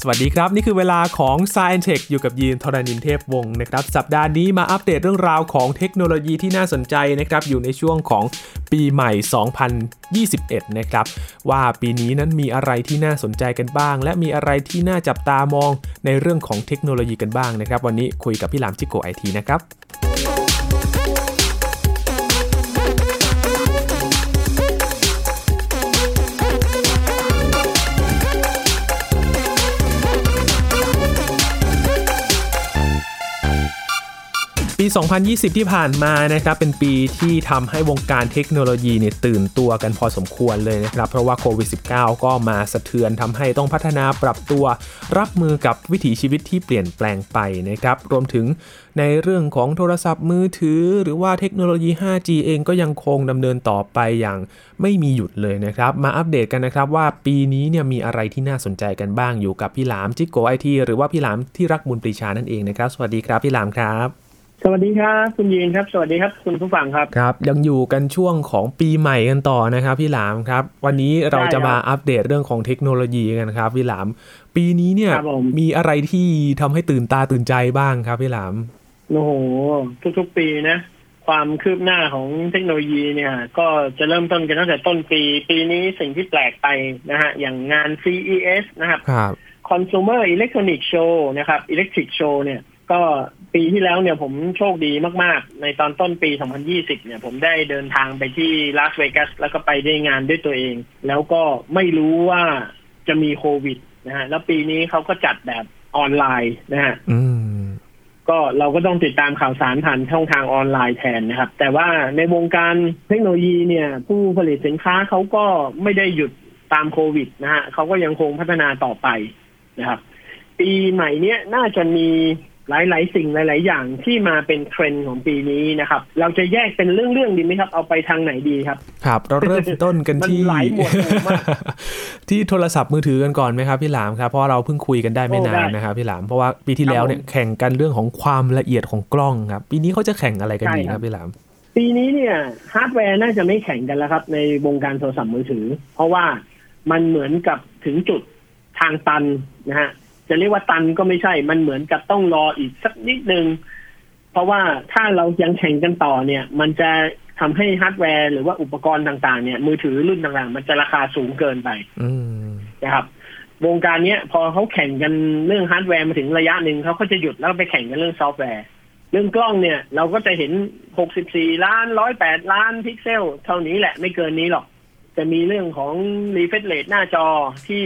สวัสดีครับ นี่คือเวลาของ s c i e n t e c h อยู่กับยีนทรณินเทพวงศ์นะครับ สัปดาห์นี้มาอัปเดตเรื่องราวของเทคโนโลยีที่น่าสนใจนะครับ อยู่ในช่วงของปีใหม่ 2021 นะครับ ว่าปีนี้นั้นมีอะไรที่น่าสนใจกันบ้าง และมีอะไรที่น่าจับตามองในเรื่องของเทคโนโลยีกันบ้างนะครับ วันนี้คุยกับพี่หลามจิโกไอทีนะครับ ปี 2020 ที่ผ่านมานะครับเป็นปีที่ทำให้วงการเทคโนโลยีเนี่ยตื่นตัวกันพอสมควรเลยนะครับ เพราะว่าโควิด -19 ก็มาสะเทือนทำให้ต้องพัฒนาปรับตัว รับมือกับวิถีชีวิตที่เปลี่ยนแปลงไปนะครับ รวมถึงในเรื่องของโทรศัพท์มือถือ หรือว่าเทคโนโลยี 5G เองก็ยังคงดำเนินต่อไปอย่างไม่มีหยุดเลยนะครับ มาอัปเดตกันนะครับว่าปีนี้เนี่ยมีอะไรที่น่าสนใจกันบ้างอยู่กับพี่หลามจิกโกไอทีหรือว่าพี่หลามที่รักบุญปรีชานั่นเองนะครับ สวัสดีครับพี่หลามครับ สวัสดีครับคุณยีนครับ สวัสดีครับ คุณผู้ฟังครับ ครับยังอยู่กันช่วงของปีใหม่กันต่อนะครับพี่หลามครับ วันนี้เราจะมาอัปเดตเรื่องของเทคโนโลยีกันครับพี่หลาม ปีนี้เนี่ย ครับผม อะไรที่ทำให้ตื่นตาตื่นใจบ้างครับพี่หลาม โอ้โห ทุกๆปีนะ ความคืบหน้าของเทคโนโลยีเนี่ย ก็จะเริ่มต้นกันตั้งแต่ต้นปี ปีนี้สิ่งที่แปลกไปนะฮะ อย่างงาน CES นะครับ ครับ Consumer Electronic Show นะครับ Electric Show เนี่ย ก็ปีที่แล้วเนี่ยผมโชคดีมากๆ ในตอนต้นปี 2020 เนี่ย ผมได้เดินทางไปที่ลาสเวกัสแล้วก็ไปได้งานด้วยตัวเอง แล้วก็ไม่รู้ว่าจะมีโควิดนะฮะ แล้วปีนี้เขาก็จัดแบบออนไลน์นะฮะ อืม ก็เราก็ต้องติดตามข่าวสารผ่านช่องทางออนไลน์แทนนะครับ แต่ว่าในวงการเทคโนโลยีเนี่ย ผู้ผลิตสินค้าเขาก็ไม่ได้หยุดตามโควิดนะฮะเขาก็ยังคงพัฒนาต่อไปนะครับ ปีใหม่เนี้ยน่าจะมีหลาย ๆ สิ่งหลาย ๆ อย่างที่มาเป็นเทรนด์ของปีนี้นะครับ เราจะแยกเป็นเรื่อง ๆ ดีไหมครับ เอาไปทางไหนดีครับ ครับ เราเริ่มต้นกันที่ มันหลายหมวดหมู่มาก ที่โทรศัพท์มือถือกันก่อนไหมครับพี่หลามครับเพราะเราเพิ่งคุยกันได้ไม่ โอ้ นา ได้ นนะครับพี่หลามเพราะว่าปีที่แล้วเนี่ยแข่งกันเรื่องของความละเอียดของกล้องครับปีนี้เขาจะแข่งอะไรกัน ใช่ อีก ค ค รั รับ บพี่หลาม ปีนี้เนี่ยฮาร์ดแวร์น่าจะไม่แข่งกันแล้วครับ ในวงการโทรศัพท์มือถือ เพราะว่ามันเหมือนกับถึงจุดทางตันนะฮะจะเรียกว่าตันก็ไม่ใช่ มันเหมือนกับต้องรออีกสักนิดนึง เพราะว่าถ้าเรายังแข่งกันต่อเนี่ย มันจะทำให้ฮาร์ดแวร์หรือว่าอุปกรณ์ต่างๆเนี่ยมือถือรุ่นต่างๆ มันจะราคาสูงเกินไป อืม นะครับวงการเนี้ยพอเขาแข่งกันเรื่องฮาร์ดแวร์มาถึงระยะหนึ่งเขาก็จะหยุดแล้วไปแข่งกันเรื่องซอฟต์แวร์ เรื่องกล้องเนี่ยเราก็จะเห็น 64 ล้าน 108 ล้านพิกเซล เท่านี้แหละไม่เกินนี้หรอก จะมีเรื่องของรีเฟรชเรทหน้าจอที่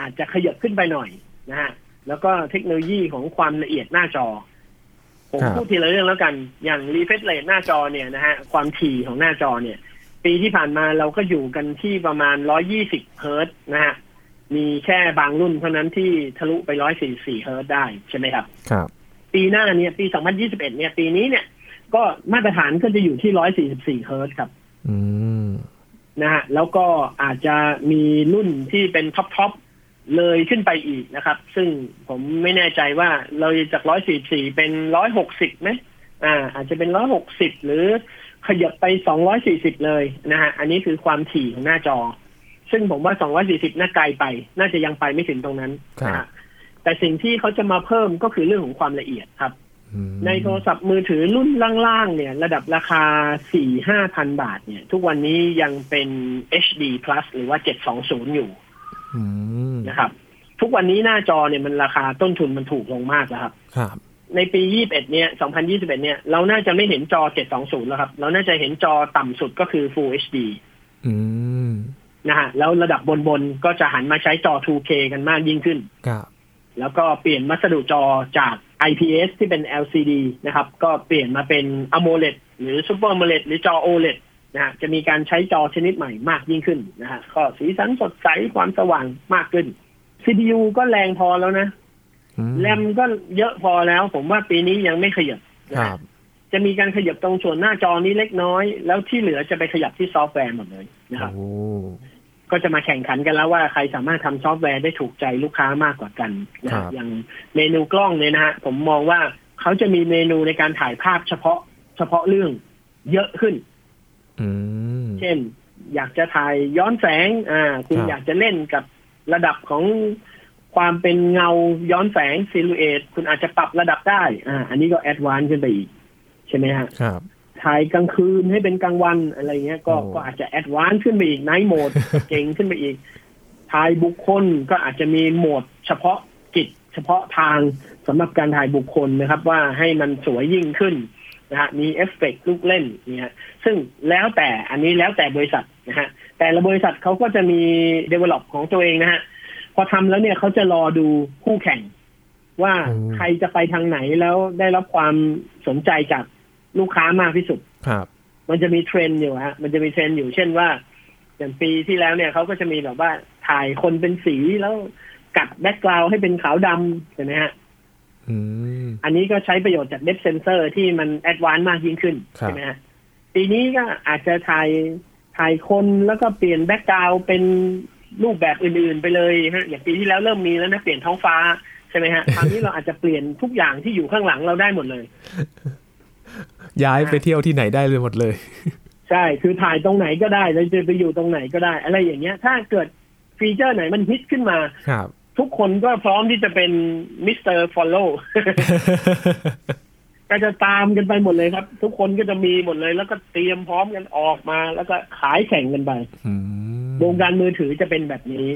อาจจะขยับขึ้นไปหน่อยนะฮะแล้วก็เทคโนโลยีของความละเอียดหน้าจอ ผม ครับ พูดทีละเรื่องแล้วกันอย่างรีเฟรชเรทหน้าจอเนี่ยนะฮะความถี่ของหน้าจอเนี่ย ปีที่ผ่านมาเราก็อยู่กันที่ประมาณ 120 เฮิร์ตซ์นะฮะ มีแค่บางรุ่นเท่านั้นที่ทะลุไป 144 เฮิร์ตซ์ได้ใช่ไหมครับ ครับ ปีหน้าเนี่ยปี 2021 เนี่ยปีนี้เนี่ย ก็มาตรฐานก็จะอยู่ที่ 144 เฮิร์ตซ์ครับ อืม นะฮะแล้วก็อาจจะมีรุ่นที่เป็นท็อปท็อปเลยขึ้นไปอีกนะครับ ซึ่งผมไม่แน่ใจว่าเราจะจาก 144 เป็น 160ไหมอ่า อาจจะเป็น 160 หรือขยับไป 240 เลยนะฮะอันนี้คือความถี่ของหน้าจอ ซึ่งผมว่า 240 น่าไกลไป น่าจะยังไปไม่ถึงตรงนั้น ครับ นะฮะแต่สิ่งที่เขาจะมาเพิ่มก็คือเรื่องของความละเอียดครับ อืม ในโทรศัพท์มือถือรุ่นล่างๆ เนี่ย ระดับราคา 4-5 พันบาท เนี่ย ทุกวันนี้ยังเป็น HD Plus หรือว่า 720 อยู่ อืม นะครับ ทุกวันนี้หน้าจอเนี่ยมันราคาต้นทุนมันถูกลงมากแล้วครับ ครับ ในปี 21 เนี่ย 2021 เนี่ย เราน่าจะไม่เห็นจอ 720 แล้วครับ เราน่าจะเห็นจอต่ำสุดก็คือ Full HD อืม นะฮะ แล้วระดับบนๆ ก็จะหันมาใช้จอ 2K กันมากยิ่งขึ้น ครับ แล้วก็เปลี่ยนวัสดุจอจาก IPS ที่เป็น LCD นะครับ ก็เปลี่ยนมาเป็น AMOLED หรือ Super AMOLED หรือจอ OLED นะฮะ จะมีการใช้จอชนิดใหม่มากยิ่งขึ้นนะฮะ ก็สีสันสดใสความสว่างมากขึ้น CPU ก็แรงพอแล้วนะ อืม แรมก็เยอะพอแล้ว ผมว่าปีนี้ยังไม่ขยับนะ ค ฮะ รับ จะมีการขยับตรงส่วนหน้าจอนี้เล็กน้อย แล้วที่เหลือจะไปขยับที่ซอฟต์แวร์หมดเลยนะครับ โอ้ ก็จะมาแข่งขันกันแล้วว่าใครสามารถทำซอฟต์แวร์ได้ถูกใจลูกค้ามากกว่ากันนะ ครั ฮะ บ อย่างเมนูกล้องเนี่ยนะฮะผมมองว่าเขาจะมีเมนูในการถ่ายภาพเฉพาะเฉพาะเรื่องเยอะขึ้น อืม เช่น อยากจะถ่ายย้อนแสงอ่าคุณ ครับ อยากจะเล่นกับระดับของ ความเป็นเงาย้อนแสงซิลูเอตคุณอาจจะปรับระดับได้ อ่า อันนี้ก็แอดวานซ์ขึ้นไปอีก ใช่ไหมฮะ ครับ ถ่ายกลางคืนให้เป็นกลางวันอะไรเงี้ย ก็ โอ้ ก็อาจจะแอดวานซ์ขึ้นไปอีกไนท์โหม ด เก่งขึ้นไปอีก ถ่ายบุคคลก็อาจจะมีโหมดเฉพาะกิจ เฉพาะทางสำหรับการถ่ายบุคคลนะครับ ว่าให้มันสวยยิ่งขึ้นนะฮะมีเอฟเฟกต์ลูกเล่นเนี่ยฮะซึ่งแล้วแต่อันนี้แล้วแต่บริษัทนะฮะแต่ละบริษัทเขาก็จะมี develop ของตัวเองนะฮะพอทำแล้วเนี่ยเขาจะรอดูคู่แข่ง ว่า อืม ใครจะไปทางไหนแล้วได้รับความสนใจจากลูกค้ามากที่สุด ครับ มันจะมีเทรนด์อยู่ฮะ มันจะมีเทรนด์อยู่เช่นว่าอย่างปีที่แล้วเนี่ยเขาก็จะมีแบบว่าถ่ายคนเป็นสีแล้วกัดแบ็กกราวให้เป็นขาวดำเห็นไหมฮะ อืม อันนี้ก็ใช้ประโยชน์จากเ e บเซนเซอร์ที่มันแอดวานซ์มากยิ่งขึ้น ครับ ใช่ไหมฮะปีนี้ก็อาจจะถ่ายถ่ายคนแล้วก็เปลี่ยนแบ็กกราวเป็นรูปแบบอื่นๆไปเลยฮะอย่างปีที่แล้วเริ่มมีแล้วนะเปลี่ยนท้องฟ้าใช่ไหมฮะ คราวนี้เราอาจจะเปลี่ยนทุกอย่างที่อยู่ข้างหลังเราได้หมดเลย ย้ายไปเที่ยวที่ไหนได้เลยหมดเลย ใช่ คือถ่ายตรงไหนก็ได้แล้วจะไปอยู่ตรงไหนก็ได้ อะไรอย่างเงี้ย ถ้าเกิดฟีเจอร์ไหนมันฮิตขึ้นมา ครับ ทุกคนก็พร้อมที่จะเป็นมิสเตอร์ฟอลโล่ ก็จะตามกันไปหมดเลยครับ ทุกคนก็จะมีหมดเลย แล้วก็เตรียมพร้อมกันออกมา แล้วก็ขายแข่งกันไป อืม วงการมือถือจะเป็นแบบนี้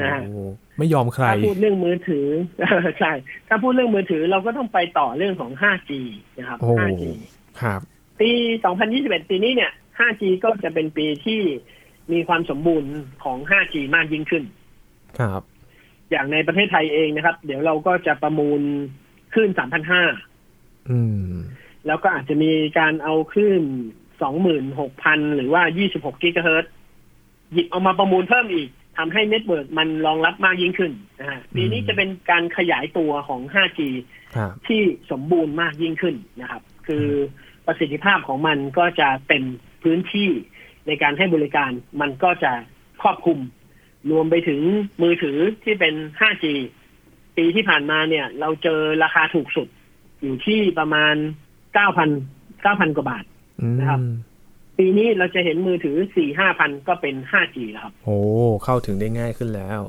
นะฮะ โอ้โหไม่ยอมใคร ถ้าพูดเรื่องมือถือ ใช่ ถ้าพูดเรื่องมือถือเราก็ต้องไปต่อเรื่องของ 5G นะครับ โอ้โห 5G ครับ ปี 2021 ปีนี้เนี่ย 5G ก็จะเป็นปีที่มีความสมบูรณ์ของ 5G มากยิ่งขึ้น ครับ อย่างในประเทศไทยเองนะครับ เดี๋ยวเราก็จะประมูลคลื่น 3,500 อืม แล้วก็อาจจะมีการเอาคลื่น 26,000 หรือว่า 26 กิกะเฮิรตซ์หยิบเอามาประมูลเพิ่มอีกทำให้เน็ตเวิร์กมันรองรับมากยิ่งขึ้นนะฮะปีนี้จะเป็นการขยายตัวของ 5G ครับ ที่สมบูรณ์มากยิ่งขึ้นนะครับ คือประสิทธิภาพของมันก็จะเต็มพื้นที่ในการให้บริการ มันก็จะครอบคลุม รวมไปถึงมือถือที่เป็น 5G ปีที่ผ่านมาเนี่ย เราเจอราคาถูกสุด อยู่ที่ประมาณ 9,000 9,000 กว่าบาท อื นะครับ ม ปีนี้เราจะเห็นมือถือ 4-5,000 ก็เป็น 5G แล้วครับ โอ้ เข้าถึงได้ง่ายขึ้นแล้ว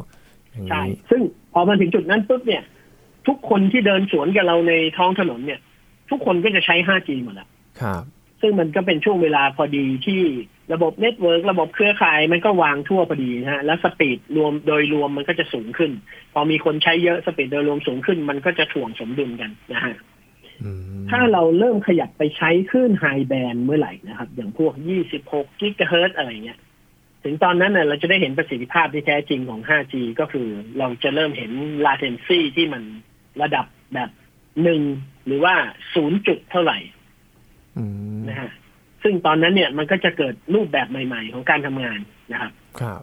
อย่าง ใช่ นี้ ซึ่งพอมาถึงจุดนั้นปุ๊บเนี่ย ทุกคนที่เดินสวนกับเราในท้องถนนเนี่ย ทุกคนก็จะใช้ 5G หมดแล้ว ครับ ซึ่งมันก็เป็นช่วงเวลาพอดีที่ระบบเน็ตเวิร์กระบบเครือข่ายมันก็วางทั่วพอดีนะฮะ และสปีดรวมโดยรวมมันก็จะสูงขึ้น พอมีคนใช้เยอะสปีดโดยรวมสูงขึ้น มันก็จะถ่วงสมดุลกันนะฮะ อืม ถ้าเราเริ่มขยับไปใช้คลื่นไฮแบนด์เมื่อไหร่นะครับ อย่างพวก 26 กิกะเฮิรตซ์อะไรเงี้ย ถึงตอนนั้นเน่ะเราจะได้เห็นประสิทธิภาพที่แท้จริงของ 5G ก็คือเราจะเริ่มเห็น latency ที่มันระดับแบบหนึ่งหรือว่าศูนย์จุดเท่าไหร่ อืม นะฮะซึ่งตอนนั้นเนี่ยมันก็จะเกิดรูปแบบใหม่ ๆ ของการทำงานนะครับ ครับ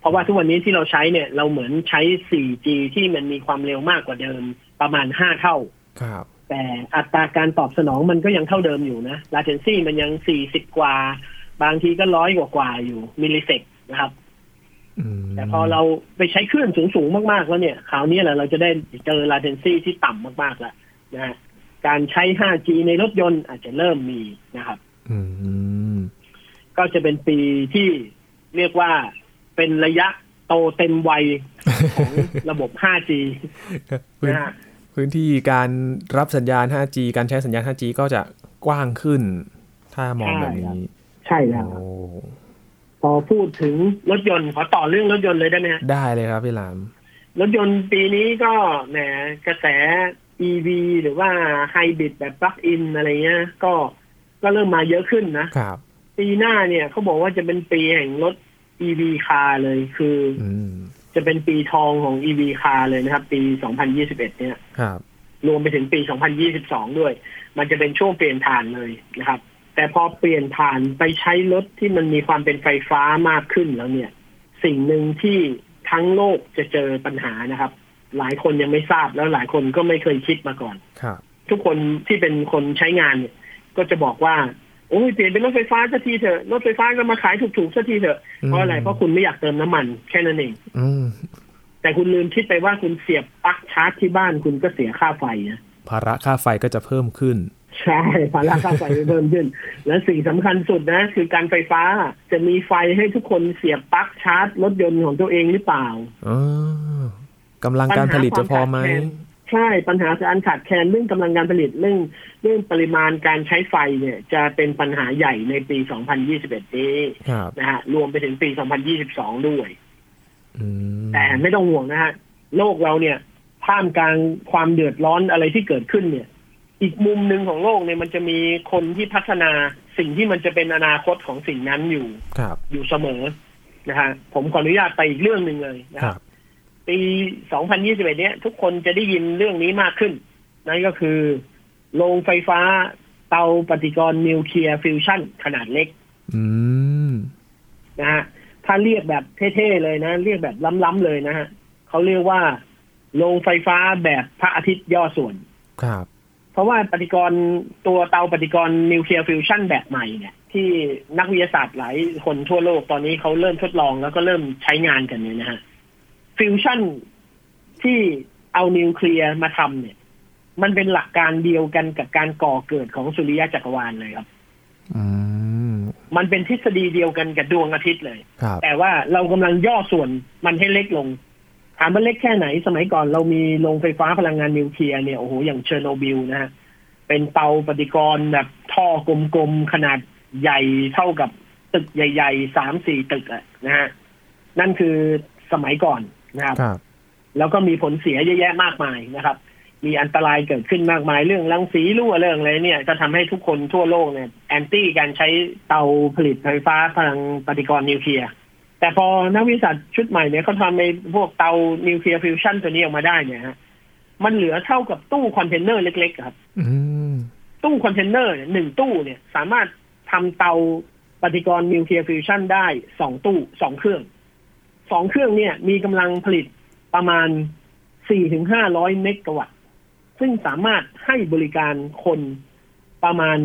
เพราะว่าทุกวันนี้ที่เราใช้เนี่ยเราเหมือนใช้ 4G ที่มันมีความเร็วมากกว่าเดิมประมาณ 5 เท่า ครับ แต่อัตราการตอบสนองมันก็ยังเท่าเดิมอยู่นะ latency มันยัง 40 กว่า บางทีก็ร้อยกว่ากว่าๆอยู่มิลลิเซกนะครับ อืม แต่พอเราไปใช้คลื่นสูง ๆ มาก ๆ แล้วเนี่ยคราวนี้แหละเราจะได้เจอ latency ที่ต่ำมากๆแล้วนะฮะการใช้ 5G ในรถยนต์อาจจะเริ่มมีนะครับ อืม ก็จะเป็นปีที่เรียกว่าเป็นระยะโตเต็มวัยของระบบ 5G พื้น นะฮะ พื้นที่การรับสัญญาณ 5G การใช้สัญญาณ 5G ก็จะกว้างขึ้น ถ้ามองแบบนี้ ใช่แล้ว โอ้ พอพูดถึงรถยนต์ ขอต่อเรื่องรถยนต์เลยได้ไหมฮะ ได้เลยครับพี่หลาม รถยนต์ปีนี้ก็แหมกระแส EV หรือว่าไฮบริดแบบปลั๊กอินอะไรเงี้ย ก็ก็เริ่มมาเยอะขึ้นนะ ครับ ปีหน้าเนี่ยเขาบอกว่าจะเป็นปีแห่งรถ EV คาร์เลยคือ อืม จะเป็นปีทองของ EV คาร์เลยนะครับ ปี 2021 เนี่ย ครับ รวมไปถึงปี 2022 ด้วย มันจะเป็นช่วงเปลี่ยนผ่านเลยนะครับ แต่พอเปลี่ยนผ่านไปใช้รถที่มันมีความเป็นไฟฟ้ามากขึ้นแล้วเนี่ย สิ่งหนึ่งที่ทั้งโลกจะเจอปัญหานะครับ หลายคนยังไม่ทราบแล้วหลายคนก็ไม่เคยคิดมาก่อน ครับ ทุกคนที่เป็นคนใช้งานเนี่ย ก็จะบอกว่า โอ้ยเปลี่ยนเป็นรถไฟฟ้าสักทีเถอะ รถไฟฟ้าก็มาขายถูกๆสักทีเถอะ เพราะอะไร เพราะคุณไม่อยากเติมน้ำมันแค่นั้นเอง อืม แต่คุณลืมคิดไปว่าคุณเสียบปลั๊กชาร์จที่บ้านคุณก็เสียค่าไฟนะ ภาระค่าไฟก็จะเพิ่มขึ้น ใช่ภาระค่าไฟเพิ่มขึ้น และสิ่งสำคัญสุดนะ คือการไฟฟ้าจะมีไฟให้ทุกคนเสียบปลั๊กชาร์จรถยนต์ของตัวเองหรือเปล่า อ๋อ กำลังการผลิตจะพอไหม ใช่ปัญหาการขาดแคลนเรื่องกำลังการผลิตเรื่องเรื่องปริมาณการใช้ไฟเนี่ยจะเป็นปัญหาใหญ่ในปี 2021 นี้ ครับ นะฮะรวมไปถึงปี 2022 ด้วย อืม แต่ไม่ต้องห่วงนะฮะโลกเราเนี่ยท่ามกลางความเดือดร้อนอะไรที่เกิดขึ้นเนี่ย อีกมุมหนึ่งของโลกเนี่ยมันจะมีคนที่พัฒนาสิ่งที่มันจะเป็นอนาคตของสิ่งนั้นอยู่ ครับ อยู่เสมอนะฮะผมขออนุญาตไปอีกเรื่องหนึ่งเลยนะ ค ค รั รับ บ ปี 2021 เนี้ยทุกคนจะได้ยินเรื่องนี้มากขึ้น นั่นก็คือ โรงไฟฟ้าเตาปฏิกรณ์นิวเคลียร์ฟิวชั่นขนาดเล็ก อืม นะฮะ ถ้าเรียกแบบเท่ๆเลยนะ เรียกแบบล้ำๆเลยนะฮะเขาเรียกว่า โรงไฟฟ้าแบบพระอาทิตย์ย่อส่วน ครับ เพราะว่าปฏิกรณ์ตัวเตาปฏิกรณ์นิวเคลียร์ฟิวชั่นแบบใหม่เนี่ยที่นักวิทยาศาสตร์หลายคนทั่วโลกตอนนี้เขาเริ่มทดลองแล้วก็เริ่มใช้งานกันเนี่ยนะฮะฟิวชั่นที่เอานิวเคลียร์มาทำเนี่ย มันเป็นหลักการเดียวกันกับการก่อเกิดของสุริยะจักรวาลเลยครับ อืม มันเป็นทฤษฎีเดียวกันกับดวงอาทิตย์เลย ครับ แต่ว่าเรากำลังย่อส่วนมันให้เล็กลง ถามว่าเล็กแค่ไหน สมัยก่อนเรามีโรงไฟฟ้าพลังงานนิวเคลียร์เนี่ยโอ้โหอย่างเชอร์โนบิลนะฮะเป็นเตาปฏิกรณ์แบบท่อกลมๆ ขนาดใหญ่เท่ากับตึกใหญ่ๆสามสี่ตึกอะนะฮะนั่นคือสมัยก่อนนะครับ ครับ แล้วก็มีผลเสียเยอะแยะมากมายนะครับ มีอันตรายเกิดขึ้นมากมายเรื่องรังสีรั่วเรื่องอะไรเนี่ยก็ทำให้ทุกคนทั่วโลกเนี่ยแอนตี้การใช้เตาผลิตไฟฟ้าพลังปฏิกรณ์นิวเคลียร์ แต่พอนักวิทยาศาสตร์ชุดใหม่เนี่ยเขาทำในพวกเตานิวเคลียร์ฟิวชั่นตัวนี้ออกมาได้เนี่ยฮะมันเหลือเท่ากับตู้คอนเทนเนอร์เล็กๆครับ อืม ตู้คอนเทนเนอร์เนี่ยหนึ่งตู้เนี่ยสามารถทำเตาปฏิกรณ์นิวเคลียร์ฟิวชันได้สองตู้สองเครื่องสองเครื่องเนี่ยมีกำลังผลิตประมาณสี่ถึงห้าร้อยเมกะวัตต์ซึ่งสามารถให้บริการคนประมาณ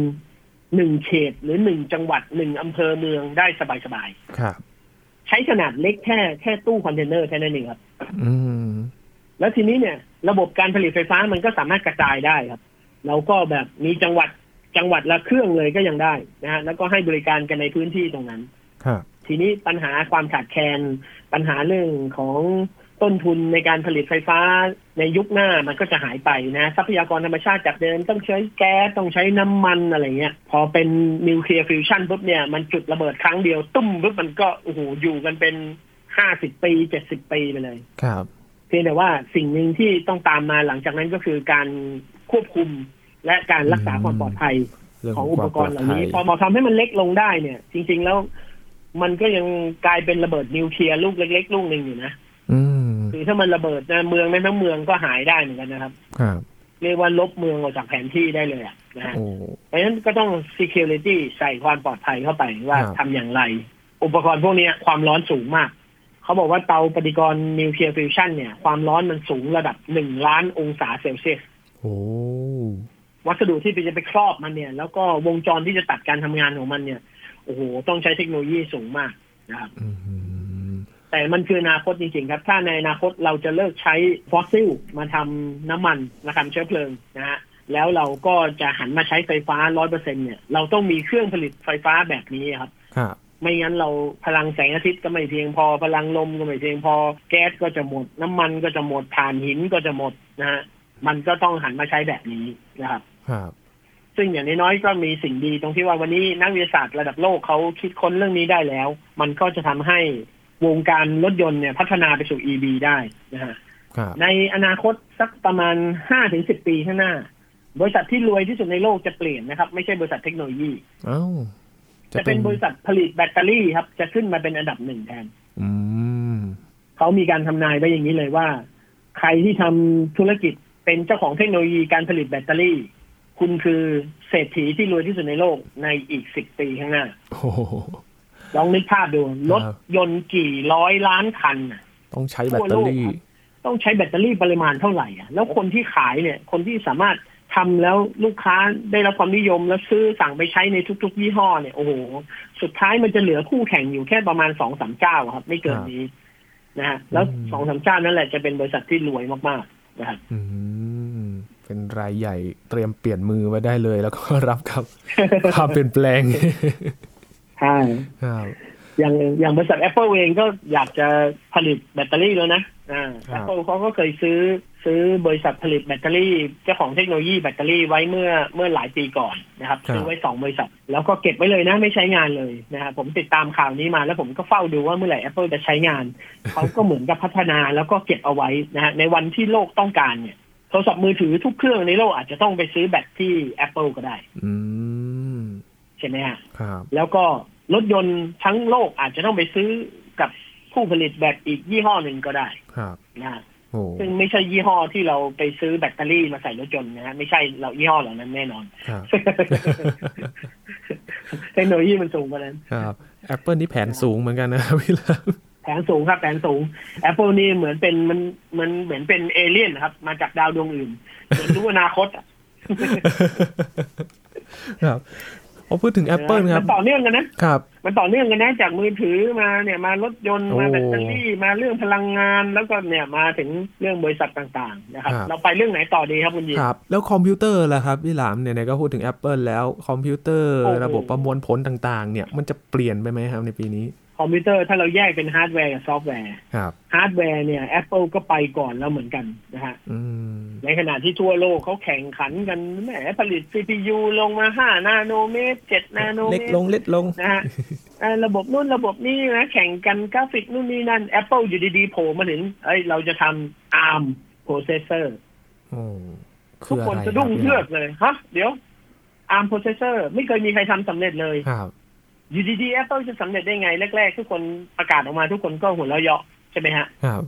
หนึ่งเขตหรือหนึ่งจังหวัดหนึ่งอำเภอเมืองได้สบาย ครับ ๆ ใช้ขนาดเล็กแค่แค่ตู้คอนเทนเนอร์แค่นั้นเองครับ อืม แล้วทีนี้เนี่ยระบบการผลิตไฟฟ้ามันก็สามารถกระจายได้ครับ เราก็แบบมีจังหวัดจังหวัดละเครื่องเลยก็ยังได้นะฮะแล้วก็ให้บริการกันในพื้นที่ตรงนั้น ครับ ทีนี้ปัญหาความขาดแคลนปัญหาเรื่องของต้นทุนในการผลิตไฟฟ้าในยุคหน้ามันก็จะหายไปนะ ทรัพยากรธรรมชาติจากเดิมต้องใช้แก๊สต้องใช้น้ำมันอะไรเงี้ย พอเป็นนิวเคลียร์ฟิวชั่นปุ๊บเนี่ยมันจุดระเบิดครั้งเดียวตุ้มปุ๊บมันก็โอ้โหอยู่กันเป็นห้าสิบปีเจ็ดสิบปีไปเลย ครับ เพียงแต่ว่าสิ่งหนึ่งที่ต้องตามมาหลังจากนั้นก็คือการควบคุมและการรักษา อืม ความปลอดภัย เรื่อง ของ ข อุ องค ป วาม ก ปลอรณ์ ด เหล่า ภัย นี้ พอมาทำให้มันเล็กลงได้เนี่ย จริง ๆ แล้ว มันก็ยังกลายเป็นระเบิดนิวเคลียร์ลูกเล็กๆลูกหนึ่งอยู่นะ อืม คือถ้ามันระเบิดนะเมืองในทั้งเมืองก็หายได้เหมือนกันนะครับ ครับ เรียกว่าลบเมืองออกจากแผนที่ได้เลยอะนะฮะ โอ้ เพราะฉะนั้นก็ต้อง security ใส่ความปลอดภัยเข้าไปว่า ครับ ทำอย่างไร อุปกรณ์พวกเนี้ยความร้อนสูงมาก เขาบอกว่าเตาปฏิกรณ์นิวเคลียร์ฟิวชันเนี่ย ความร้อนมันสูงระดับหนึ่งล้านองศาเซลเซียส โอ้ วัสดุที่จะไปครอบมันเนี่ย แล้วก็วงจรที่จะตัดการทำงานของมันเนี่ย โอ้โห ต้องใช้เทคโนโลยีสูงมากนะครับ อืม แต่มันคืออนาคตจริงๆครับ ถ้าในอนาคตเราจะเลิกใช้ฟอสซิลมาทำน้ำมันมาทำเชื้อเพลิงนะฮะแล้วเราก็จะหันมาใช้ไฟฟ้าร้อยเปอร์เซ็นเนี่ย เราต้องมีเครื่องผลิตไฟฟ้าแบบนี้ครับ ครับ ไม่งั้นเราพลังแสงอาทิตย์ก็ไม่เพียงพอพลังลมก็ไม่เพียงพอแก๊สก็จะหมด น้ำมันก็จะหมดถ่านหินก็จะหมดนะฮะมันก็ต้องหันมาใช้แบบนี้นะครับ ครับ ซึ่งอย่างน้อยๆก็มีสิ่งดีตรงที่ว่าวันนี้นักวิทยาศาสตร์ระดับโลกเขาคิดค้นเรื่องนี้ได้แล้ว มันก็จะทำให้วงการรถยนต์เนี่ยพัฒนาไปสู่ EV ได้นะฮะ ครับ ในอนาคตสักประมาณ 5-10 ปีข้างหน้า บริษัทที่รวยที่สุดในโลกจะเปลี่ยนนะครับ ไม่ใช่บริษัทเทคโนโลยี เอ้า จะเป็นบริษัทผลิตแบตเตอรี่ครับ จะขึ้นมาเป็นอันดับหนึ่งแทน อืม เขามีการทำนายไว้อย่างนี้เลยว่า ใครที่ทำธุรกิจเป็นเจ้าของเทคโนโลยีการผลิตแบตเตอรี่ คุณคือเศรษฐีที่รวยที่สุดในโลกในอีกสิบปีข้างหน้า โอ้โห ลองนึกภาพดูรถ ครับ ยนต์กี่ร้อยล้านคันน่ะ ต้องใช้แบตเตอรี่ ทั่วโลกครับ ต้องใช้แบตเตอรี่ปริมาณเท่าไหร่อ่ะแล้วคนที่ขายเนี่ย คนที่สามารถทำแล้วลูกค้าได้รับความนิยมแล้วซื้อสั่งไปใช้ในทุก ๆ ยี่ห้อเนี่ยโอ้โห สุดท้ายมันจะเหลือคู่แข่งอยู่แค่ประมาณสองสามเจ้าครับ ไม่เกินนี้นะฮะแล้ว อืม สองสามเจ้านั่นแหละจะเป็นบริษัทที่รวยมากๆนะครับ อืม เป็นรายใหญ่เตรียมเปลี่ยนมือไว้ได้ เลย แล้วก็รับกับ ความเปลี่ยนแปลง ใช่ ครับ อย่างอย่างบริษัท Apple เองก็อยากจะผลิตแบตเตอรี่แล้วนะอ่า ครับ Apple เขาก็เคยซื้อซื้อบริษัทผลิตแบตเตอรี่เจ้าของเทคโนโลยีแบตเตอรี่ไว้เมื่อเมื่อหลายปีก่อนนะครับ ครับ ซื้อไว้สองบริษัท แล้วก็เก็บไว้เลยนะไม่ใช้งานเลยนะครับผมติดตามข่าวนี้มาแล้วผมก็เฝ้าดูว่าเมื่อไหร่ Apple จะใช้งาน เขาก็เหมือนกับพัฒนาแล้วก็เก็บเอาไว้นะฮะในวันที่โลกต้องการเนี่ยโทรศัพท์มือถือทุกเครื่องในโลกอาจจะต้องไปซื้อแบตที่ Apple ก็ได้ อืม ใช่ไหมฮะ ครับ แล้วก็รถยนต์ทั้งโลกอาจจะต้องไปซื้อกับผู้ผลิตแบตอีกยี่ห้อหนึ่งก็ได้ ครับ นะฮะ โอ้ ซึ่งไม่ใช่ยี่ห้อที่เราไปซื้อแบตเตอรี่มาใส่รถยนต์นะฮะไม่ใช่เรายี่ห้อเหล่านั้นแน่น อน ครับ เทคโนโลยีมันสูงกว่านั้น ครับ Apple นี่แผนสูงเหมือนกันนะครับพี่เลิฟ แผนสูงครับแผนสูง Apple นี่เหมือนเป็นมันมันเหมือนเป็นเอเลี่ยนนะครับ มาจากดาวดวงอื่นเหมือนรู้อนาคตอะ ครับพอพูดถึง Apple ค มั รับ ต่อเนื่องกันนะ ครับ มันต่อเนื่องกันนะจากมือถือมาเนี่ยมารถยนต์ โอ้ มาแบตเตอรี่มาเรื่องพลังงาน แล้วก็เนี่ยมาถึงเรื่องบริษัทต่างๆนะครับ ครับ เราไปเรื่องไหนต่อดีครับคุณยี ครับ แล้วคอมพิวเตอร์ล่ะครับพี่หลามเนี่ยไหนก็พูดถึง Apple แล้วคอมพิวเตอร์ โอ้โห ระบบประมวลผลต่างๆ เนี่ยมันจะเปลี่ยนไปไหมครับในปีนี้ คอมพิวเตอร์ถ้าเราแยกเป็นฮาร์ดแวร์กับซอฟต์แวร์ ครับ ฮาร์ดแวร์เนี่ย Apple ก็ไปก่อนแล้วเหมือนกันนะฮะ อืม ในขณะที่ทั่วโลกเขาแข่งขันกันแหมผลิต CPU ลงมา 5 นาโนเมตร 7 นาโนเม เล็ก ต ล รง เล็กลง นะ ฮะเอ่อระบบนู่นระบบนี่นะแข่งกันกราฟิกนู่นนี่นั่น Apple อยู่ดีๆโผล่มาถึงเอ้ยเราจะทำ ARM processor โอ้ ทุกคน ออไร สะดุ้ง รับ เฮือกเลย ฮะ เดี๋ยว ARM processor ไม่เคยมีใครทำสำเร็จเลย ครับ อยู่ดีๆ Apple จะสำเร็จได้ไง แรก ๆ ทุกคนประกาศออกมาทุกคนก็หัวเราะเยาะใช่ไหมฮะ ครับ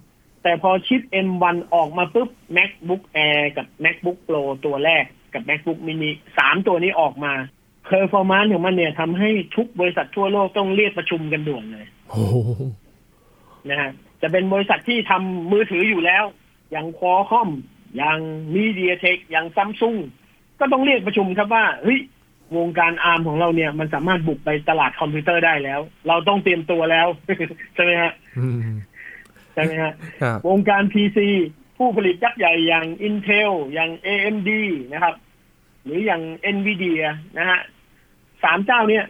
แต่พอชิป M1 ออกมาปุ๊บ MacBook Air กับ MacBook Pro ตัวแรกกับ MacBook Mini สามตัวนี้ออกมา performance ของมันเนี่ยทำให้ทุกบริษัททั่วโลกต้องเรียกประชุมกันด่วนเลย โอ้โห นะฮะจะเป็นบริษัทที่ทำมือถืออยู่แล้ว อย่างคอคอมอย่างมีเดียเทคอย่างซัมซุงก็ต้องเรียกประชุมครับว่าเฮ้ยวงการอาร์มของเราเนี่ย มันสามารถบุกไปตลาดคอมพิวเตอร์ได้แล้ว เราต้องเตรียมตัว แล้ว ใช่ไหมฮะ อืม ใช่ไหมฮะ ครับ วงการพีซีผู้ผลิตยักษ์ใหญ่อย่าง Intel อย่าง AMD นะครับ หรืออย่าง NVIDIA นะฮะสามเจ้าเนี่ย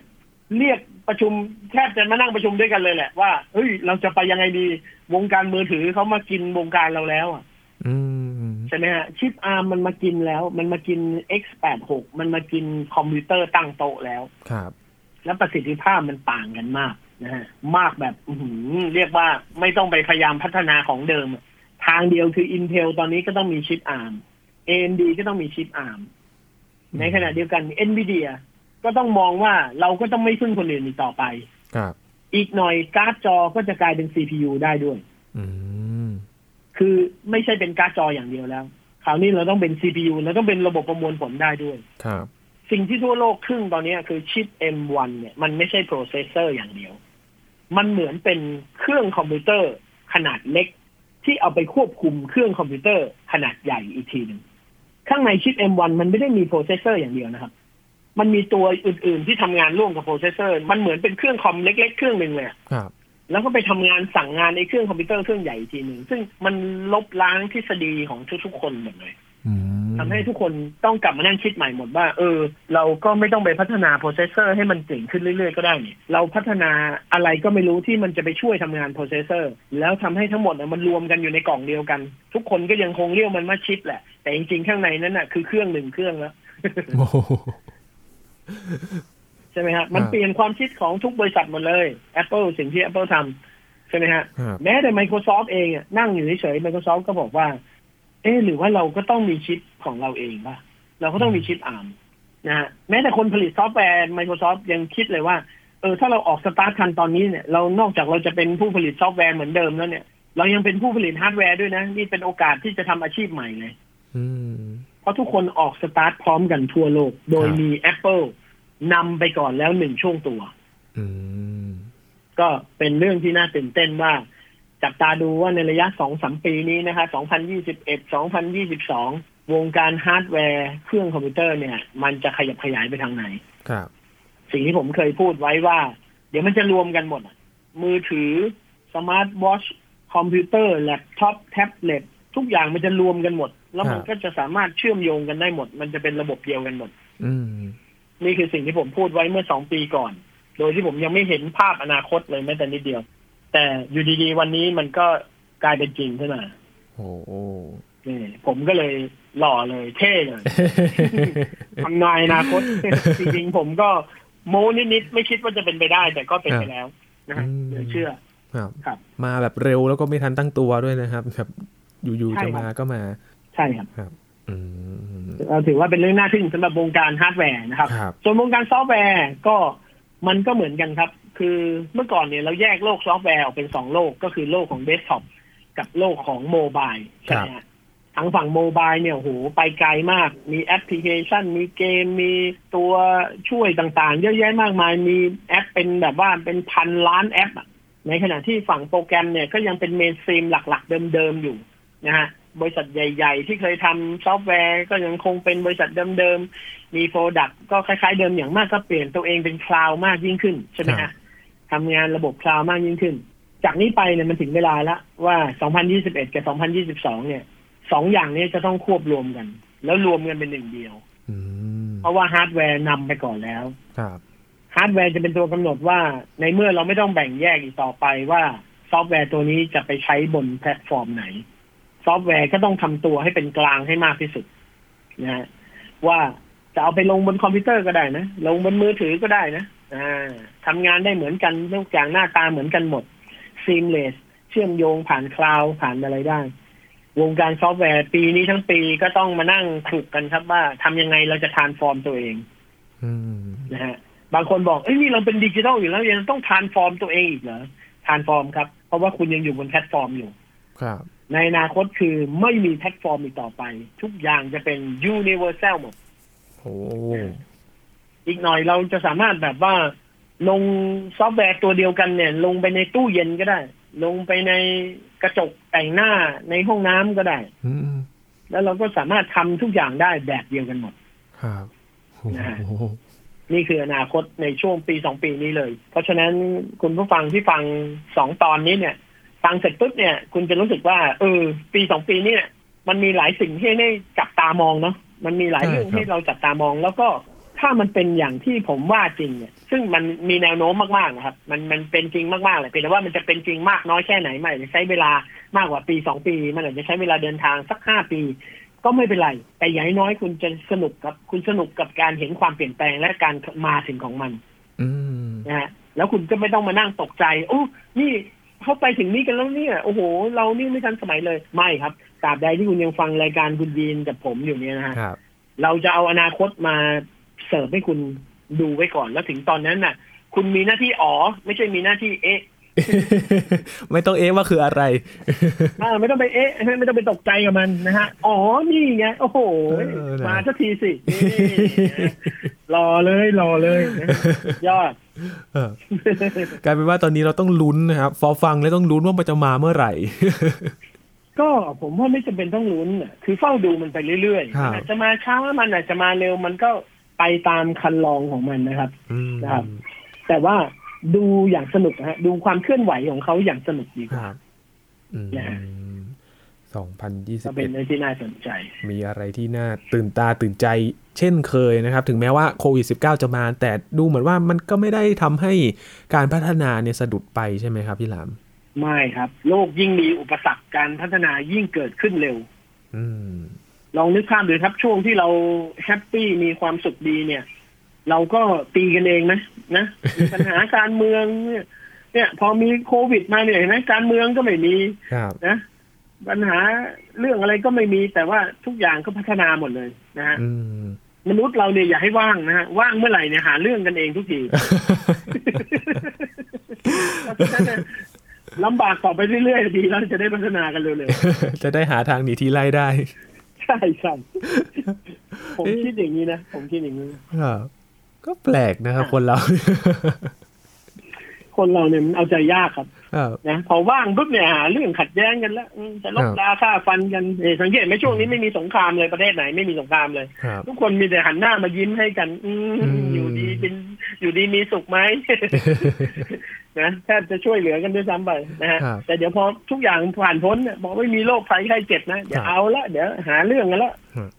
เรียกประชุมแทบจะมานั่งประชุมด้วยกันเลยแหละว่าเฮ้ยเราจะไปยังไงดี วงการมือถือเขามากินวงการเราแล้วอะ อืม ใช่ไหมฮะชิปอาร์มมันมากินแล้ว มันมากิน X86 มันมากินคอมพิวเตอร์ตั้งโต๊ะแล้ว ครับ และประสิทธิภาพมันต่างกันมากนะฮะมากแบบอื้อหือเรียกว่าไม่ต้องไปพยายามพัฒนาของเดิมอะทางเดียวคือ Intel ตอนนี้ก็ต้องมีชิปอาร์ม AMD ก็ต้องมีชิปอาร์ม ในขณะเดียวกัน NVIDIA ก็ต้องมองว่าเราก็ต้องไม่พึ่งคนอื่นอีกต่อไป ครับ อีกหน่อยการ์ดจอก็จะกลายเป็น CPU ได้ด้วย อืม คือไม่ใช่เป็นการ์ดจออย่างเดียวแล้ว คราวนี้เราต้องเป็น CPU เราต้องเป็นระบบประมวลผลได้ด้วย ครับ สิ่งที่ทั่วโลกครึ่งตอนนี้คือชิป M1 เนี่ยมันไม่ใช่โปรเซสเซอร์อย่างเดียว มันเหมือนเป็นเครื่องคอมพิวเตอร์ขนาดเล็ก ที่เอาไปควบคุมเครื่องคอมพิวเตอร์ขนาดใหญ่อีกทีหนึ่งข้างในชิป M1 มันไม่ได้มีโปรเซสเซอร์อย่างเดียวนะครับ มันมีตัวอื่นๆที่ทำงานร่วมกับโปรเซสเซอร์ มันเหมือนเป็นเครื่องคอมเล็ก ๆ เครื่องหนึ่งเลยอะ ครับ แล้วก็ไปทำงานสั่งงานในเครื่องคอมพิวเตอร์เครื่องใหญ่อีกทีหนึ่ง ซึ่งมันลบล้างทฤษฎีของทุกๆคนหมดเลย อืม ทำให้ทุกคนต้องกลับมานั่งคิดใหม่หมดว่า เออ เราก็ไม่ต้องไปพัฒนาโปรเซสเซอร์ให้มันเก่งขึ้นเรื่อยๆก็ได้นี่เราพัฒนาอะไรก็ไม่รู้ที่มันจะไปช่วยทำงานโปรเซสเซอร์ แล้วทำให้ทั้งหมดน่ะมันรวมกันอยู่ในกล่องเดียวกัน ทุกคนก็ยังคงเรียกมันว่าชิปแหละ แต่จริงๆข้างในนั้นน่ะคือเครื่องหนึ่งเครื่องแล้ว โอ้โห ใช่ไหมฮะมัน อ่า เปลี่ยนความคิดของทุกบริษัทหมดเลย Apple สิ่งที่ Apple ทำใช่ไหมฮะ ครับ แม้แต่ Microsoft เองอะนั่งอยู่เฉยๆ Microsoft ก็บอกว่า เอ๊ะหรือว่าเราก็ต้องมีชิปของเราเองป่ะ เราก็ต้องมีชิปอาร์มนะฮะแม้แต่คนผลิตซอฟต์แวร์ Microsoft ยังคิดเลยว่า เออ ถ้าเราออกสตาร์ททันตอนนี้เนี่ย เรานอกจากเราจะเป็นผู้ผลิตซอฟต์แวร์เหมือนเดิมแล้วเนี่ย เรายังเป็นผู้ผลิตฮาร์ดแวร์ด้วยนะ นี่เป็นโอกาสที่จะทำอาชีพใหม่เลย อืม เพราะทุกคนออกสตาร์ทพร้อมกันทั่วโลก โดย ครับ มี Apple นำไปก่อนแล้วหนึ่งช่วงตัว อืม ก็เป็นเรื่องที่น่าตื่นเต้นว่า จับตาดูว่าในระยะสองสามปีนี้นะคะสองพันยี่สิบเอ็ดสองพันยี่สิบสองวงการฮาร์ดแวร์เครื่องคอมพิวเตอร์เนี่ย มันจะขยับขยายไปทางไหน ครับ สิ่งที่ผมเคยพูดไว้ว่า เดี๋ยวมันจะรวมกันหมดอะมือถือ สมาร์ทวอชคอมพิวเตอร์ แล็ปท็อป แท็บเล็ตทุกอย่างมันจะรวมกันหมด แล้วมันก็จะสามารถเชื่อมโยงกันได้หมด มันจะเป็นระบบเดียวกันหมด อืม นี่คือสิ่งที่ผมพูดไว้เมื่อสองปีก่อน โดยที่ผมยังไม่เห็นภาพอนาคตเลยแม้แต่นิดเดียว แต่อยู่ดีๆ วันนี้มันก็กลายเป็นจริงขึ้นมา โอ้โห นี่ผมก็เลยหล่อเลยเท่เลย ทำนายอนาคต จริงๆผมก็โม้นิดๆไม่คิดว่าจะเป็นไปได้ แต่ก็เป็นไปแล้วนะฮะ อืม เหลือเชื่อ ครับ ครับ มาแบบเร็วแล้วก็ไม่ทันตั้งตัวด้วยนะครับแบบอยู่ ใช่ ๆจะ ครับ มาก็มา ใช่ครับ อืม เราถือว่าเป็นเรื่องน่าทึ่งสำหรับวงการฮาร์ดแวร์นะครับ ครับ ส่วนวงการซอฟต์แวร์ก็มันก็เหมือนกันครับ คือเมื่อก่อนเนี่ยเราแยกโลกซอฟต์แวร์ออกเป็นสองโลกก็คือโลกของเดสก์ท็อปกับโลกของโมบายใช่ไหมฮะทางฝั่งโมบายเนี่ยโอ้โหไปไกลมาก มีแอปพลิเคชัน มีเกม มีตัวช่วยต่างๆ เยอะแยะมากมาย มีแอปเป็นแบบว่าเป็นพันล้านแอปอะในขณะที่ฝั่งโปรแกรมเนี่ยก็ยังเป็นเมนสตรีมหลัก ๆ เดิมๆอยู่นะฮะบริษัทใหญ่ ๆ ที่เคยทำซอฟต์แวร์ก็ยังคงเป็นบริษัทเดิมๆ มีโปรดักต์ก็คล้ายๆเดิมอย่างมากก็เปลี่ยนตัวเองเป็นคลาวมากยิ่งขึ้น ใช่ไหม ครั ฮะ บ ทำงานระบบคลาวมากยิ่งขึ้น จากนี้ไปเนี่ยมันถึงเวลาละว่า 2021 กับ 2022 เนี่ยสองอย่างเนี้จะต้องควบรวมกัน แล้วรวมกันเป็นหนึ่งเดียว อืม เพราะว่าฮาร์ดแวร์นำไปก่อนแล้ว ครับ ฮาร์ดแวร์จะเป็นตัวกำหนดว่าในเมื่อเราไม่ต้องแบ่งแยกอีกต่อไปว่าซอฟต์แวร์ตัวนี้จะไปใช้บนแพลตฟอร์มไหน ซอฟต์แวร์ก็ต้องทำตัวให้เป็นกลางให้มากที่สุดนะฮะว่าจะเอาไปลงบนคอมพิวเตอร์ก็ได้นะ ลงบนมือถือก็ได้นะอ่าทำงานได้เหมือนกันทุกอย่างหน้าตาเหมือนกันหมด seamless เชื่อมโยงผ่านคลาวผ่านอะไรได้ วงการซอฟต์แวร์ปีนี้ทั้งปีก็ต้องมานั่งขุดกันครับว่าทำยังไงเราจะทานฟอร์มตัวเอง อืม นะฮะบางคนบอกเอ้ยนี่เราเป็นดิจิทัลอยู่แล้วยังต้องทานฟอร์มตัวเองอีกเหรอทานฟอร์มครับ เพราะว่าคุณยังอยู่บนแพลตฟอร์มอยู่ ครับ ในอนาคตคือไม่มีแพลตฟอร์มอีกต่อไป ทุกอย่างจะเป็น universal หมด โอ้ อีกหน่อยเราจะสามารถแบบว่า ลงซอฟต์แวร์ตัวเดียวกันเนี่ย ลงไปในตู้เย็นก็ได้ ลงไปในกระจกแต่งหน้าในห้องน้ำก็ได้ อืม แล้วเราก็สามารถทำทุกอย่างได้แบบเดียวกันหมด ครับโอ้โห นี่คืออนาคตในช่วงปีสองปีนี้เลย เพราะฉะนั้นคุณผู้ฟังที่ฟังสองตอนนี้เนี่ย ฟังเสร็จปุ๊บเนี่ย คุณจะรู้สึกว่า เออ ปีสองปีนี้เนี่ยมันมีหลายสิ่งให้ได้จับตามองเนาะมันมีหลายเรื่องให้เราจับตามอง แล้วก็ถ้ามันเป็นอย่างที่ผมว่าจริงเนี่ย ซึ่งมันมีแนวโน้มมากๆนะครับ มันมันเป็นจริงมากๆเลยเพียงแต่ว่ามันจะเป็นจริงมากน้อยแค่ไหนไม่อาจจะใช้เวลามากกว่าปีสองปี มันอาจจะใช้เวลาเดินทางสักห้าปี ก็ไม่เป็นไร แต่อย่างน้อยคุณจะสนุกกับคุณสนุกกับการเห็นความเปลี่ยนแปลงและการมาถึงของมัน อืม นะฮะแล้วคุณก็ไม่ต้องมานั่งตกใจ โอ้ นี่เข้าไปถึงนี่กันแล้วเนี่ย โอ้โห เรานี่ไม่ทันสมัยเลย ไม่ครับตราบใดที่คุณยังฟังรายการคุณยีนกับผมอยู่เนี่ยนะฮะ ครับ เราจะเอาอนาคตมาเสิร์ฟให้คุณดูไว้ก่อน แล้วถึงตอนนั้นน่ะ คุณมีหน้าที่อ๋อ ไม่ใช่มีหน้าที่เอ๊ะ ไม่ต้องเอ๊ะว่าคืออะไร อ่าไม่ต้องไปเอ๊ะไม่ต้องไปตกใจกับมันนะฮะ อ๋อ นี่ไง โอ้โห เออนะ มาสักทีสินี่ รอเลยรอ เลยนะ ยอด เออกลายเป็นว่าตอนนี้เราต้องลุ้นนะครับฟอฟังแล้วต้องลุ้นว่ามันจะมาเมื่อไหร่ ก็ผมว่าไม่จำเป็นต้องลุ้นน่ะคือเฝ้าดูมันไปเรื่อย ค ๆ รับ มันอาจจะมาช้ามันอาจจะมาเร็วมันก็ไปตามคันลองของมันนะครับ อืม ครับ แต่ว่าดูอย่างสนุกนะฮะดูความเคลื่อนไหวของเขาอย่างสนุกดีก ค ว่า รับอื นะฮะ มสองพันยี่สิ ก็ บ เป็ เอ็ น ด เรื่องที่น่าสนใจ มีอะไรที่น่าตื่นตาตื่นใจเช่นเคยนะครับ ถึงแม้ว่าโควิด -19 จะมา แต่ดูเหมือนว่ามันก็ไม่ได้ทำให้การพัฒนาเนี่ยสะดุดไปใช่ไหมครับพี่หลาม ไม่ครับ โลกยิ่งมีอุปสรรคการพัฒนายิ่งเกิดขึ้นเร็ว อืม ลองนึกภาพดูครับช่วงที่เราแฮปปี้มีความสุขดีเนี่ย เราก็ตีกันเองนะนะมีปัญหา การเมืองเนี่ยเนี่ย พอมีโควิดมาเนี่ยเห็นไหมการเมืองก็ไม่มี ครับ นะปัญหาเรื่องอะไรก็ไม่มี แต่ว่าทุกอย่างก็พัฒนาหมดเลยนะฮะ อืม มนุษย์เราเนี่ยอย่าให้ว่างนะฮะว่างเมื่อไหร่เนี่ยหาเรื่องกันเองทุกที เพราะฉะนั้นเนี่ยลำบากต่อไปเรื่อยๆดีแล้วจะได้พัฒนากันเร็วๆ จะได้หาทางหนีทีไล่ได้ ใช่ใช่ผมคิดอย่างนี้นะ ผมคิดอย่างนี้นะ ครับ ก็แปลกนะครับ คนเรา คนเราเนี่ยมันเอาใจยากครับ ครับ นะพอว่างปุ๊บเนี่ยหาเรื่องขัดแย้งกันแล้วอืมจะลคบรับ ลาฆ่าฟันกันเอ่อสังเกตไหมช่วงนี้ไม่มีสงครามเลยประเทศไหนไม่มีสงครามเลย ครับ ทุกคนมีแต่หันหน้ามายิ้มให้กัน อืม อืม อยู่ดีเป็นอยู่ดีมีสุขไหม นะแทบจะช่วยเหลือกันด้วยซ้ำไปนะฮะ ครับ แต่เดี๋ยวพอทุกอย่างผ่านพ้นเนี่ยบอกไม่มีโรคภัยไข้เจ็บนะเดี๋ย ครับวเอาละเดี๋ยวหาเรื่องกันละ ครับ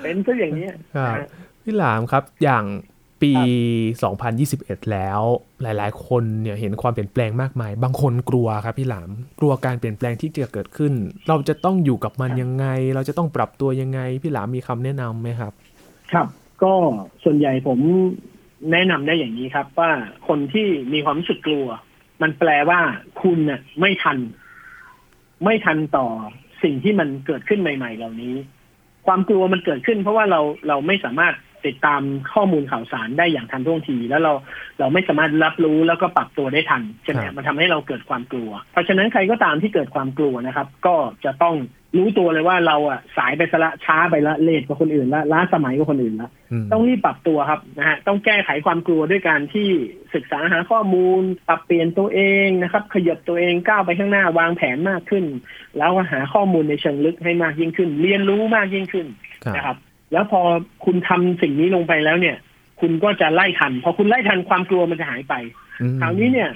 เป็นซะอย่างนี้ย ครับ นะฮะ พี่หลามครับอย่าง ปี 2021 แล้วหลาย ๆ คนเนี่ยเห็นความเปลี่ยนแปลงมากมาย บางคนกลัวครับพี่หลาม กลัวการเปลี่ยนแปลงที่จะเกิดขึ้น เราจะต้องอยู่กับมันยังไง เราจะต้องปรับตัวยังไง พี่หลามมีคำแนะนำไหมครับ ครับ ก็ส่วนใหญ่ผมแนะนำได้อย่างนี้ครับ ว่าคนที่มีความรู้สึกกลัว มันแปลว่าคุณน่ะไม่ทัน ไม่ทันต่อสิ่งที่มันเกิดขึ้นใหม่ ๆ เหล่านี้ ความกลัวมันเกิดขึ้น เพราะว่าเราเราไม่สามารถติดตามข้อมูลข่าวสารได้อย่างทันท่วงที แล้วเราเราไม่สามารถรับรู้แล้วก็ปรับตัวได้ทันใช่ไหม ครับ มันทำให้เราเกิดความกลัว เพราะฉะนั้นใครก็ตามที่เกิดความกลัวนะครับ ก็จะต้องรู้ตัวเลยว่าเราอ่ะสายไปซะละช้าไปละเลทกว่าคนอื่นละล้าสมัยกว่าคนอื่นละ ม ต้องรีบปรับตัวครับนะฮะต้องแก้ไขความกลัวด้วยการที่ศึกษาหาข้อมูล ปรับเปลี่ยนตัวเองนะครับ ขยับตัวเองก้าวไปข้างหน้าวางแผนมากขึ้น แล้วก็หาข้อมูลในเชิงลึกให้มากยิ่งขึ้น เรียนรู้มากยิ่งขึ้นนะครับ แล้วพอคุณทำสิ่งนี้ลงไปแล้วเนี่ย คุณก็จะไล่ทันพอคุณไล่ทันความกลัวมันจะหายไป คราวนี้เนี่ย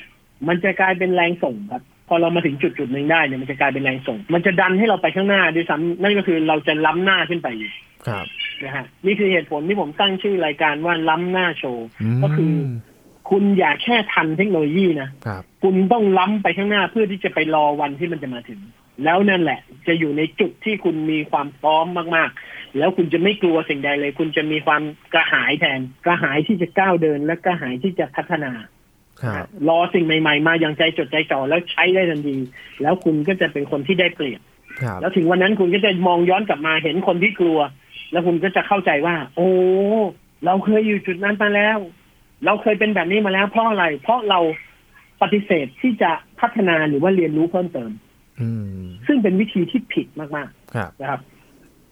มันจะกลายเป็นแรงส่งครับ พอเรามาถึงจุดจุดๆหนึ่งได้เนี่ยมันจะกลายเป็นแรงส่ง มันจะดันให้เราไปข้างหน้าด้วยซ้ำนั่นก็คือเราจะล้ำหน้าขึ้นไปอีก ครับ นะฮะนี่คือเหตุผลที่ผมตั้งชื่อรายการว่าล้ำหน้าโชว์ ก็คือ ม คุณอย่าแค่ทันเทคโนโลยีนะ ครับ คุณต้องล้ำไปข้างหน้าเพื่อที่จะไปรอวันที่มันจะมาถึง แล้วนั่นแหละ จะอยู่ในจุดที่คุณมีความพร้อมมากๆ แล้วคุณจะไม่กลัวสิ่งใดเลย คุณจะมีความกระหายแทน กระหายที่จะก้าวเดินและกระหายที่จะพัฒนา ครับ รอสิ่งใหม่ ๆ มาอย่างใจจดใจจ่อแล้วใช้ได้ทันที แล้วคุณก็จะเป็นคนที่ได้เปรียบ ครับ แล้วถึงวันนั้นคุณก็จะมองย้อนกลับมาเห็นคนที่กลัว แล้วคุณก็จะเข้าใจว่า โอ้เราเคยอยู่จุดนั้นมาแล้ว เราเคยเป็นแบบนี้มาแล้วเพราะอะไร เพราะเราปฏิเสธที่จะพัฒนาหรือว่าเรียนรู้เพิ่มเติม อืม ซึ่งเป็นวิธีที่ผิดมาก ครับ ๆนะครับ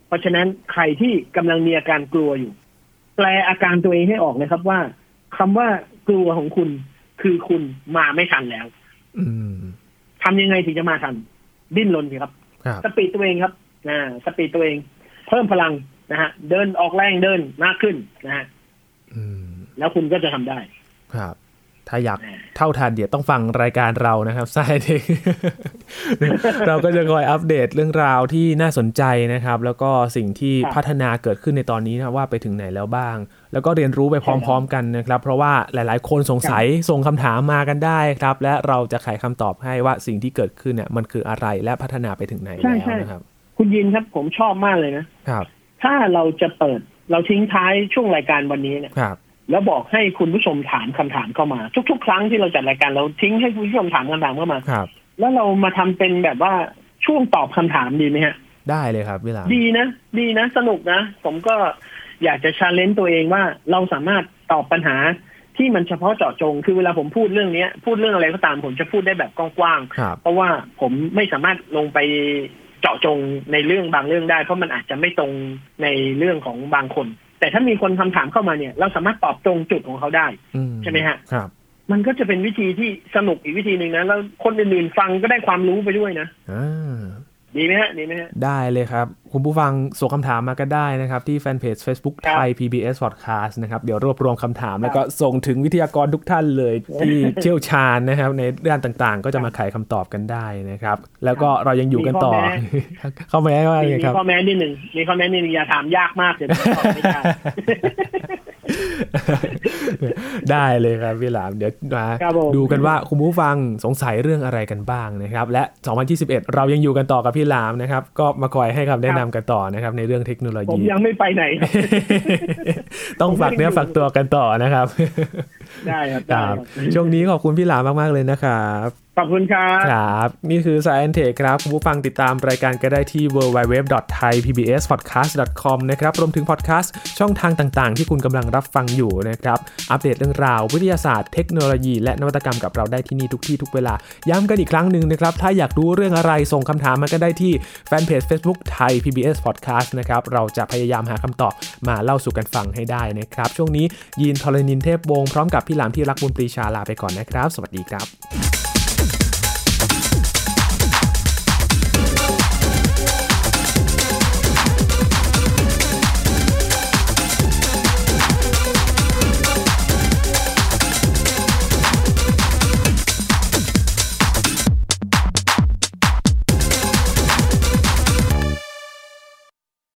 เพราะฉะนั้นใครที่กำลังมีอาการกลัวอยู่ แปลอาการตัวเองให้ออกเลยครับว่าคำว่ากลัวของคุณคือคุณมาไม่ทันแล้ว อืม ทำยังไงถึงจะมาทัน ดิ้นรนสิครับ ครับ สปีดตัวเองครับอ่าสปีดตัวเอง เพิ่มพลังนะฮะ เดินออกแรงเดินมากขึ้นนะฮะ อืม แล้วคุณก็จะทำได้ ครับ ถ้าอยาก อ่า เท่าทันเดี๋ยวต้องฟังรายการเรานะครับใช่เด็ก เราก็จะคอยอัปเดตเรื่องราวที่น่าสนใจนะครับ แล้วก็สิ่งที่ ครับ พัฒนาเกิดขึ้นในตอนนี้นะว่าไปถึงไหนแล้วบ้าง แล้วก็เรียนรู้ไปพร้อม ๆ กันนะครับ เพราะว่าหลาย ๆ คนสงสัยส่งคำถามมากันได้ครับ และเราจะไขคำตอบให้ว่าสิ่งที่เกิดขึ้นเนี่ยมันคืออะไรและพัฒนาไปถึงไหน ใช่ แล้ว ใช่ นะครับ คุณยินครับผมชอบมากเลยนะ ครับ ถ้าเราจะเปิดเราทิ้งท้ายช่วงรายการวันนี้เนี่ย ครับ แล้วบอกให้คุณผู้ชมถามคำถามเข้ามา ทุก ๆ ครั้งที่เราจัดรายการเราทิ้งให้คุณผู้ชมถามคำถามเข้ามา ครับ แล้วเรามาทำเป็นแบบว่าช่วงตอบคำถามดีไหมฮะ ได้เลยครับพี่หลาม ดีนะ ดีนะ สนุกนะ ผมก็อยากจะชาเลนจ์ตัวเองว่าเราสามารถตอบปัญหาที่มันเฉพาะเจาะจง คือเวลาผมพูดเรื่องเนี้ย พูดเรื่องอะไรก็ตาม ผมจะพูดได้แบบกว้าง ครับ ๆเพราะว่าผมไม่สามารถลงไปเจาะจงในเรื่องบางเรื่องได้ เพราะมันอาจจะไม่ตรงในเรื่องของบางคน แต่ถ้ามีคนคำถามเข้ามาเนี่ย เราสามารถตอบตรงจุดของเขาได้ อื ใช่ไหมฮะ ครับ มันก็จะเป็นวิธีที่สนุกอีกวิธีหนึ่งนะแล้วคนอื่นๆฟังก็ได้ความรู้ไปด้วยนะ อ่า ดีไหมฮะดีไหมฮะ ได้เลยครับ คุณผู้ฟังส่งคำถามมาก็ได้นะครับ ที่แฟนเพจ Facebook ครับ ไทย PBS Podcast นะครับ เดี๋ยวรวบรวมคำถามแล้วก็ส่งถึงวิทยากรทุกท่านเลย ที่เชี่ยวชาญนะครับ ในด้านต่างๆ ก็จะมาไขคำตอบกันได้นะครับ แล้วก็เรายังอยู่กันต่อ มีข้อแม้ เข้ามาได้ว่า มี ไงครับ ข้อแม้นิดหนึ่งมีข้อแม้นิดหนึ่งอย่าถามยากมากเดี๋ยวตอบไม่ ได้ ได้เลยครับพี่หลาม เดี๋ยวมา ครับผม ดูกันว่าคุณผู้ฟังสงสัยเรื่องอะไรกันบ้างนะครับ และ 2021 เรายังอยู่กันต่อกับพี่หลามนะครับ ก็มาคอยให้คำแนะนำกันต่อนะครับ ในเรื่องเทคโนโล ผม ยี ยังไม่ไปไหนครับ ต้อง ผมไม่ ฝากเนื้อ ได้อยู่ ฝากตัวกันต่อนะครับ ได้ครับ ค ได้ รับ ครับ ช่วงนี้ขอบคุณพี่หลามมาก ๆ เลยนะครับ ขอบคุณครับ ครับ นี่คือ Science Tech ครับ คุณผู้ฟังติดตามรายการก็ได้ที่ www.thaipbspodcast.com นะครับ รวมถึงพอดแคสต์ช่องทางต่างๆ ที่คุณกำลังรับฟังอยู่นะครับ อัปเดตเรื่องราววิทยาศาสตร์เทคโนโลยี และนวัตกรรมกับเราได้ที่นี่ทุกที่ทุกเวลา ย้ำกันอีกครั้งหนึ่งนะครับ ถ้าอยากรู้เรื่องอะไรส่งคำถามมาก็ได้ที่แฟนเพจ Facebook ไทย PBS Podcast นะครับ เราจะพยายามหาคำตอบมาเล่าสู่กันฟังให้ได้นะครับ ช่วงนี้ยีนทรณินเทพวงศ์พร้อมกับพี่หลามที่รักบุญปรีชาลาไปก่อนนะครับ สวัสดีครับ